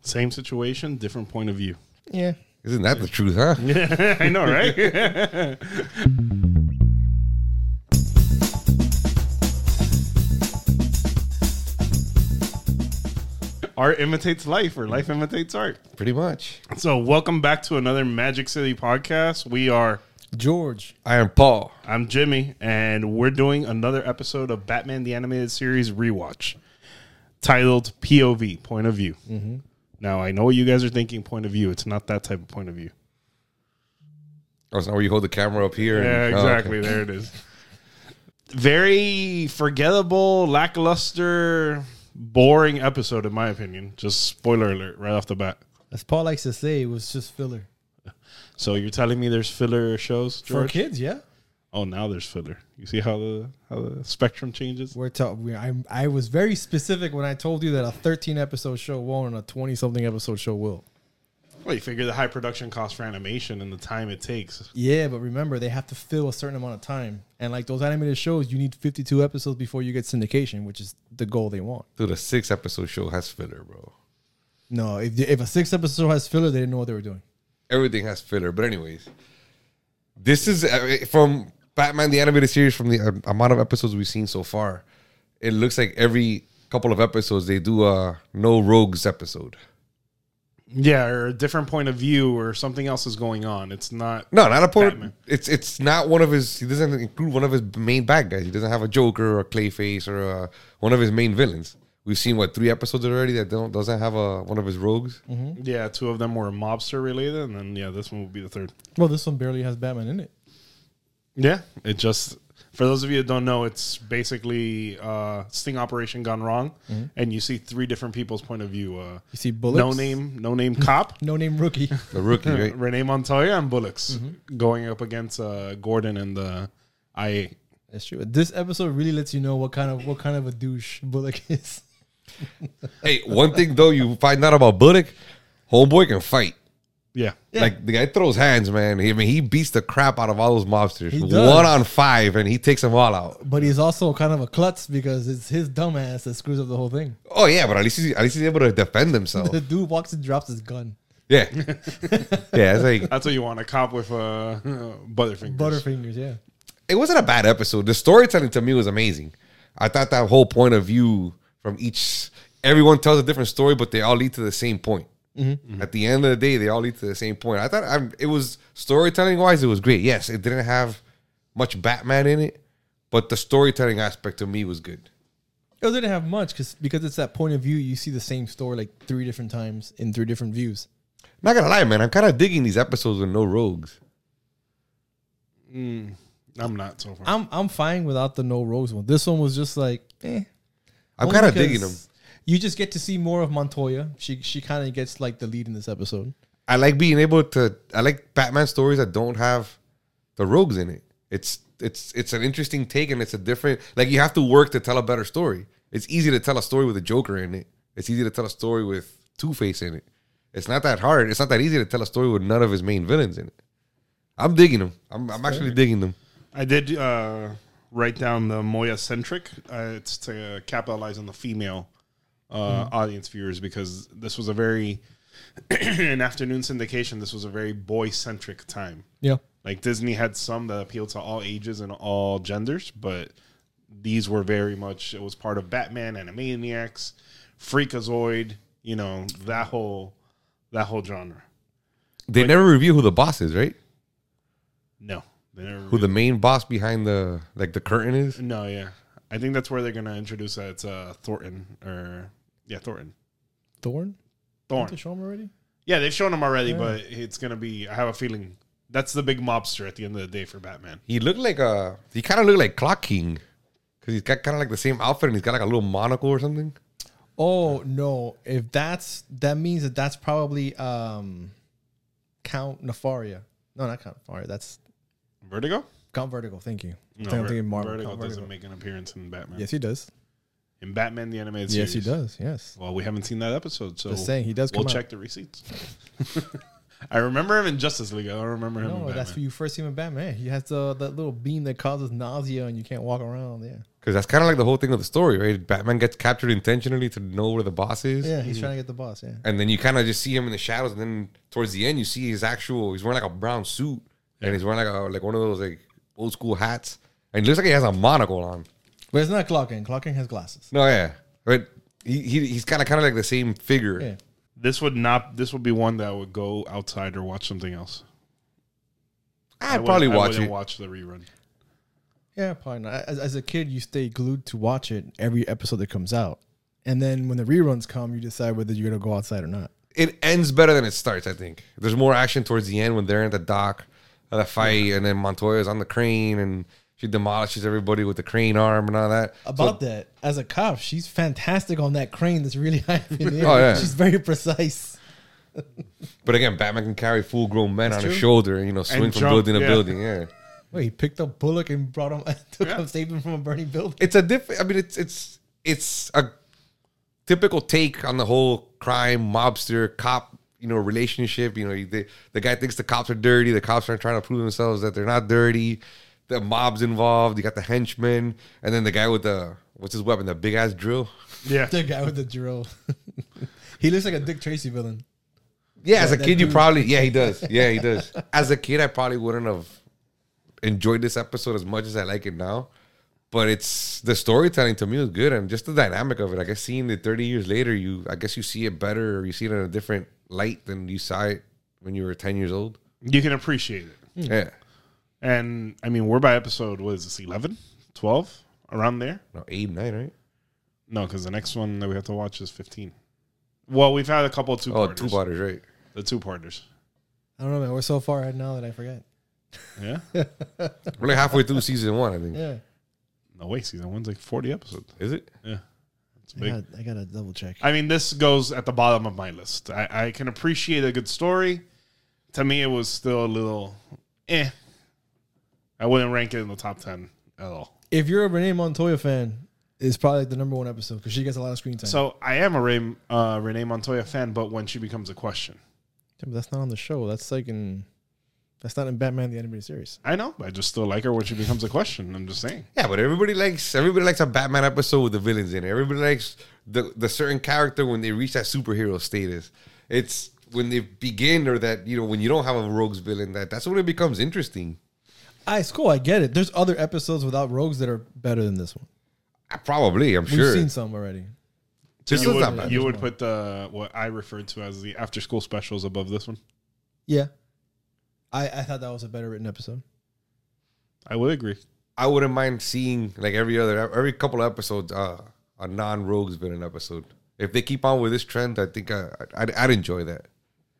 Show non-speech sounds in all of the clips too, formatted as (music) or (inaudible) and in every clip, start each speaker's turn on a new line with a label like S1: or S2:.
S1: Same situation, different point of view.
S2: Yeah.
S3: Isn't that the truth, huh?
S1: (laughs) I know, right? (laughs) art imitates life, or life imitates art.
S3: Pretty much.
S1: So, welcome back to another Magic City podcast. We are,
S2: George.
S3: I am Paul.
S1: I'm Jimmy, and we're doing another episode of Batman the Animated Series Rewatch titled POV, Point of View. Now, I know what you guys are thinking, point of view. It's not that type of point of view.
S3: Oh, it's not where you hold the camera up here.
S1: Yeah,
S3: and- oh, okay.
S1: exactly. There it is. Very forgettable, lackluster, boring episode, in my opinion. Just spoiler alert right off the bat.
S2: As Paul likes to say, it was just filler.
S1: So you're telling me there's filler shows,
S2: For
S1: George?
S2: kids, yeah.
S1: Oh, now there's filler. You see how the how the spectrum changes?
S2: We're talking. I'm. I was very specific when I told you that a 13 episode show won't and a 20 something episode show will.
S1: Well, you figure the high production cost for animation and the time it takes.
S2: Yeah, but remember they have to fill a certain amount of time, and like those animated shows, you need 52 episodes before you get syndication, which is the goal they want.
S3: Dude, a six episode show has filler, bro.
S2: No, if if a six episode has filler, they didn't know what they were doing.
S3: Everything has filler. But, anyways, this is uh, from Batman the Animated Series, from the uh, amount of episodes we've seen so far. It looks like every couple of episodes they do a no rogues episode.
S1: Yeah, or a different point of view or something else is going on. It's not
S3: No, not a port.
S1: Batman.
S3: It's it's not one of his. He doesn't include one of his main bad guys. He doesn't have a Joker or a Clayface or uh one of his main villains. We've seen what three episodes already that don't doesn't have a one of his rogues.
S1: yeah, two of them were mobster related and then yeah, this one will be the third.
S2: Well, this one barely has Batman in it.
S1: Yeah, it just for those of you that don't know, it's basically uh, sting operation gone wrong, and you see three different people's point of view. Uh,
S2: You see Bullocks,
S1: no name, no name cop,
S2: no name rookie. (laughs)
S1: (laughs)
S3: The rookie, right?
S1: Renee Montoya, and Bullocks going up against uh, Gordon and the IA.
S2: That's true. This episode really lets you know what kind of what kind of a douche Bullock is. (laughs)
S3: hey, one thing though you find out about Buddick, homeboy can fight.
S1: Yeah,
S3: Like the guy throws hands, man. He, I mean, he beats the crap out of all those mobsters,
S2: He does.
S3: one on five, and he takes them all out.
S2: But he's also kind of a klutz because it's his dumbass that screws up the whole thing.
S3: Oh yeah, but at least he's, at least he's able to defend
S2: (laughs)
S3: himself.
S2: The dude walks and drops his gun.
S3: yeah, (laughs) yeah. It's like
S1: that's what you want a cop with uh, (laughs) butterfingers.
S2: Butterfingers, yeah.
S3: it wasn't a bad episode. The storytelling to me was amazing. I thought that whole point of view from each everyone tells a different story, but they all lead to the same point. At the end of the day, they all lead to the same point. I thought i it was storytelling wise, it was great. Yes, it didn't have much Batman in it, but the storytelling aspect to me was good.
S2: It didn't have much because because it's that point of view. You see the same story like three different times in three different views.
S3: Not gonna lie, man, I'm kind of digging these episodes with no rogues.
S1: I'm not so far.
S2: I'm I'm fine without the no rose one. This one was just like, eh.
S3: I'm
S2: Only
S3: kind of digging them.
S2: because You just get to see more of Montoya. She she kind of gets like the lead in this episode.
S3: I like being able to. I like Batman stories that don't have the rogues in it. It's it's it's an interesting take, and it's a different. Like you have to work to tell a better story. It's easy to tell a story with a Joker in it. It's easy to tell a story with Two Face in it. It's not that hard. It's not that easy to tell a story with none of his main villains in it. I'm digging them. I'm, I'm actually digging them.
S1: I did uh, write down the Moya centric. Uh, it's to capitalize on the female uh, audience viewers because this was a very (clears throat) in afternoon syndication. This was a very boy centric time.
S2: Yeah.
S1: Like Disney had some that appealed to all ages and all genders, but these were very much. It was part of Batman, Animaniacs, Freakazoid. You know that whole that whole genre.
S3: They never reveal who the boss is, right?
S1: No, they never
S3: Who the main boss behind the like the curtain is?
S1: No, yeah. I think that's where they're gonna introduce that. It's uh, Thornton or yeah, Thornton.
S2: Thorn? Didn't they
S1: Thorn.
S2: show him already?
S1: Yeah, they've shown him already, but it's gonna be. I have a feeling that's the big mobster at the end of the day for Batman.
S3: He looked like a. He kind of looked like Clock King, because he's got kind of like the same outfit, and he's got like a little monocle or something.
S2: Oh no! If that's that means that that's probably um, Count Nefaria. No, not Count Nefaria. That's
S1: Vertigo.
S2: Count Vertigo. Thank you. I
S1: No,
S2: think I'm
S1: Ver-
S2: thinking Marvel.
S1: Vertigo
S2: Count
S1: doesn't
S2: Vertigo.
S1: make an appearance in Batman.
S2: Yes, he does.
S1: In Batman the animated
S2: Yes,
S1: series,
S2: he does. Yes.
S1: Well, we haven't seen that episode, so
S2: Just saying, he does
S1: We'll
S2: come out.
S1: check the receipts. (laughs) I remember him in Justice League. I don't remember him. in
S2: No,
S1: Batman.
S2: that's when you first see him in Batman. He has the that little beam that causes nausea and you can't walk around. Yeah.
S3: Because that's kind of like the whole thing of the story, right? Batman gets captured intentionally to know where the boss is.
S2: Yeah, he's trying to get the boss. Yeah.
S3: And then you kind of just see him in the shadows. And then towards the end, you see his actual, he's wearing like a brown suit. And he's wearing like a, like one of those like old school hats. And it looks like he has a monocle on.
S2: But it's not clocking. Clocking has glasses.
S3: No, yeah. But he, he he's kind of kind of like the same figure.
S2: Yeah.
S1: This would not. This would be one that would go outside or watch something else.
S3: I'd
S1: would-
S3: probably
S1: I
S3: watch
S1: wouldn't
S3: it.
S1: Watch the rerun.
S2: Yeah, probably not. As, as a kid, you stay glued to watch it every episode that comes out. And then when the reruns come, you decide whether you're going to go outside or not.
S3: it ends better than it starts. I think there's more action towards the end when they're in the dock, of the fight, and then Montoya's on the crane and she demolishes everybody with the crane arm and all that.
S2: About that, as a cop, she's fantastic on that crane that's really (laughs) high up in the air.
S3: Oh, yeah.
S2: She's very precise.
S3: But again, Batman can carry full grown men on his
S2: true.
S3: shoulder and you know swing from
S1: jump,
S3: building to
S1: yeah.
S3: building. Yeah,
S2: Wait, he picked up Bullock and brought him, (laughs) took
S1: Yeah.
S2: him, saved him from a burning building.
S3: it's a different. I mean, it's it's it's a typical take on the whole crime mobster cop you know relationship. You know, you- the the guy thinks the cops are dirty. The cops are trying to prove themselves that they're not dirty. The mob's involved. You got the henchmen, and then the guy with the what's his weapon? The big ass drill.
S1: Yeah,
S2: (laughs) The guy with the drill. (laughs) he looks like a Dick Tracy villain.
S3: Yeah, as a
S2: that
S3: kid, you
S2: dude.
S3: probably yeah he does. Yeah, he does. (laughs) As a kid, I probably wouldn't have enjoyed this episode as much as I like it now. But it's the storytelling to me was good, and just the dynamic of it. I guess seeing it 30 years later, you I guess you see it better, or you see it in a different light than you saw it when you were 10 years old.
S1: you can appreciate it.
S2: Hmm.
S3: Yeah,
S1: And I mean, we're by episode, what is this, 11, 12, around there?
S3: no, eight, nine, right?
S1: No, because the next one that we have to watch is 15. Well, we've had a couple of two
S3: Oh,
S1: parters.
S3: two parters, right?
S1: The two parters.
S2: I don't know, man. We're so far ahead now that I forget.
S1: Yeah.
S3: We're like halfway through season one, I think.
S2: Yeah.
S1: no, wait, season one's like 40 episodes.
S3: Is it?
S1: Yeah. It's
S2: I
S1: big.
S2: got, I got to double check.
S1: I mean, this goes at the bottom of my list. I, I can appreciate a good story. To me, it was still a little eh. I wouldn't rank it in the top 10 at all.
S2: If you're a Renee Montoya fan, it's probably like the number one episode because she gets a lot of screen time.
S1: So I am a Ray, uh, Renee Montoya fan, but when she becomes a question.
S2: Yeah, but that's not on the show. That's like in that's not in Batman the Animated Series.
S1: I know, but I just still like her when she becomes a question. I'm just saying.
S3: Yeah, but everybody likes everybody likes a Batman episode with the villains in it. Everybody likes the the certain character when they reach that superhero status. It's when they begin or that you know when you don't have a rogues villain that that's when it becomes interesting.
S2: I it's cool. I get it. There's other episodes without rogues that are better than this one.
S3: Uh, Probably, I'm
S2: We've
S3: sure.
S2: seen some already.
S3: This
S1: you
S3: is
S1: would,
S3: not bad.
S1: you would put the what I referred to as the after school specials above this one.
S2: Yeah, I I thought that was a better written episode.
S1: I would agree.
S3: I wouldn't mind seeing like every other every couple of episodes uh, a non rogues villain episode. If they keep on with this trend, I think I, I'd, I'd enjoy that.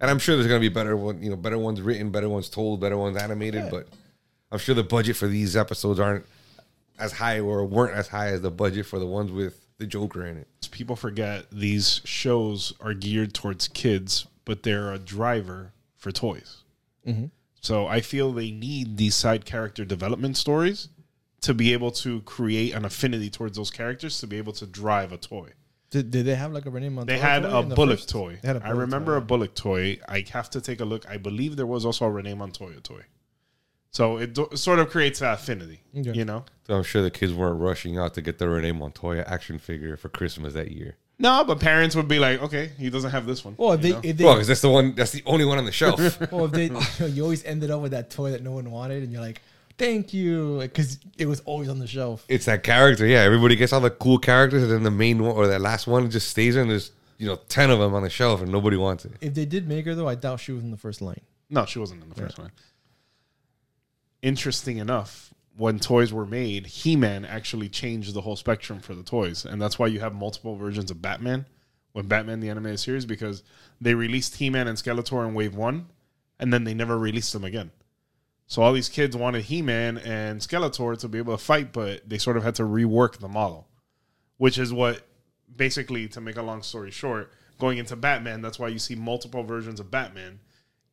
S3: And I'm sure there's gonna be better one, you know, better ones written, better ones told, better ones animated. But I'm sure the budget for these episodes aren't as high or weren't as high as the budget for the ones with the Joker in it.
S1: People forget these shows are geared towards kids, but they're a driver for toys.
S3: Mm-hmm.
S1: So I feel they need these side character development stories to be able to create an affinity towards those characters to be able to drive a toy.
S2: Did, did they have like a Renee Montoya?
S1: They had
S2: toy
S1: a
S2: in the
S1: Bullock
S2: first?
S1: toy.
S2: They had a
S1: I
S2: Bullock
S1: remember
S2: toy.
S1: a Bullock toy. I have to take a look. I believe there was also a Renee Montoya toy. So it do- sort of creates that affinity,
S2: Okay.
S1: you know?
S3: So I'm sure the kids weren't rushing out to get the Rene Montoya action figure for Christmas that year.
S1: No, but parents would be like, okay, he doesn't have this one.
S2: Well, if
S1: you
S2: they,
S1: know?
S2: if they,
S3: Well, because that's the one. That's the only one on the shelf.
S2: well, if they, (laughs) you always ended up with that toy that no one wanted, and you're like, "Thank you," because it was always on the shelf.
S3: it's that character. Yeah, everybody gets all the cool characters, and then the main one or that last one just stays there. And there's you know ten of them on the shelf, and nobody wants it.
S2: If they did make her though, I doubt she was in the first line.
S1: no, she wasn't in the first one. Interesting enough, when toys were made, He Man actually changed the whole spectrum for the toys. And that's why you have multiple versions of Batman when Batman the Animated Series, because they released He Man and Skeletor in Wave 1, and then they never released them again. So all these kids wanted He Man and Skeletor to be able to fight, but they sort of had to rework the model, which is what basically, to make a long story short, going into Batman, that's why you see multiple versions of Batman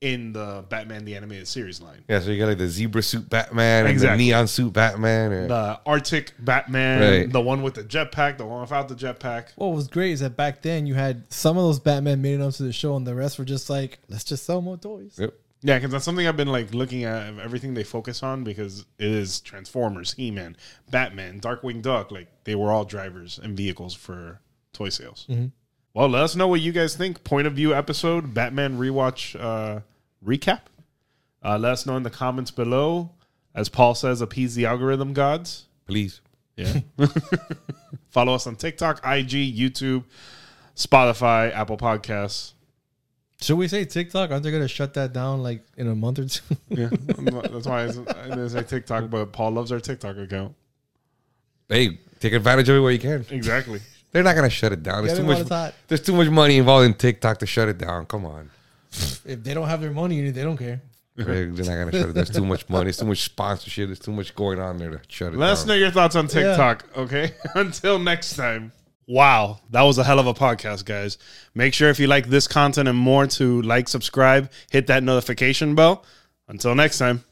S1: in the Batman the Animated Series line.
S3: Yeah, so you got like the zebra suit Batman, and
S1: Exactly.
S3: the neon suit Batman. and-
S1: The Arctic Batman,
S3: Right.
S1: the one with the jetpack, the one without the jetpack.
S2: What was great is that back then you had some of those Batman made it onto the show, and the rest were just like, let's just sell more toys.
S3: Yep.
S1: Yeah, because that's something I've been like looking at of everything they focus on because it is Transformers, He Man, Batman, Darkwing Duck. Like they were all drivers and vehicles for toy sales. Well, let us know what you guys think. Point of view episode, Batman rewatch uh, recap. Uh, let us know in the comments below. As Paul says, appease the algorithm gods.
S3: Please.
S1: Yeah. (laughs) Follow us on TikTok, IG, YouTube, Spotify, Apple Podcasts.
S2: Should we say TikTok? Aren't they gonna shut that down like in a month or two? (laughs)
S1: Yeah, (laughs) that's why I didn't say TikTok, but Paul loves our TikTok account.
S3: Hey, take advantage of it where you can.
S1: Exactly.
S3: They're not gonna shut it down. There's
S2: Get
S3: too
S2: it while it's
S3: much.
S2: hot.
S3: There's too much money involved in TikTok to shut it down. Come on,
S2: if they don't have their money, they don't care.
S3: they're, they're not gonna shut it. There's too much money. There's too much sponsorship. There's too much going on there to shut
S1: (laughs)
S3: it
S1: Let us
S3: down.
S1: know your thoughts on TikTok, okay? (laughs) Until next time. Wow, that was a hell of a podcast, guys. Make sure if you like this content and more to like, subscribe, hit that notification bell. Until next time.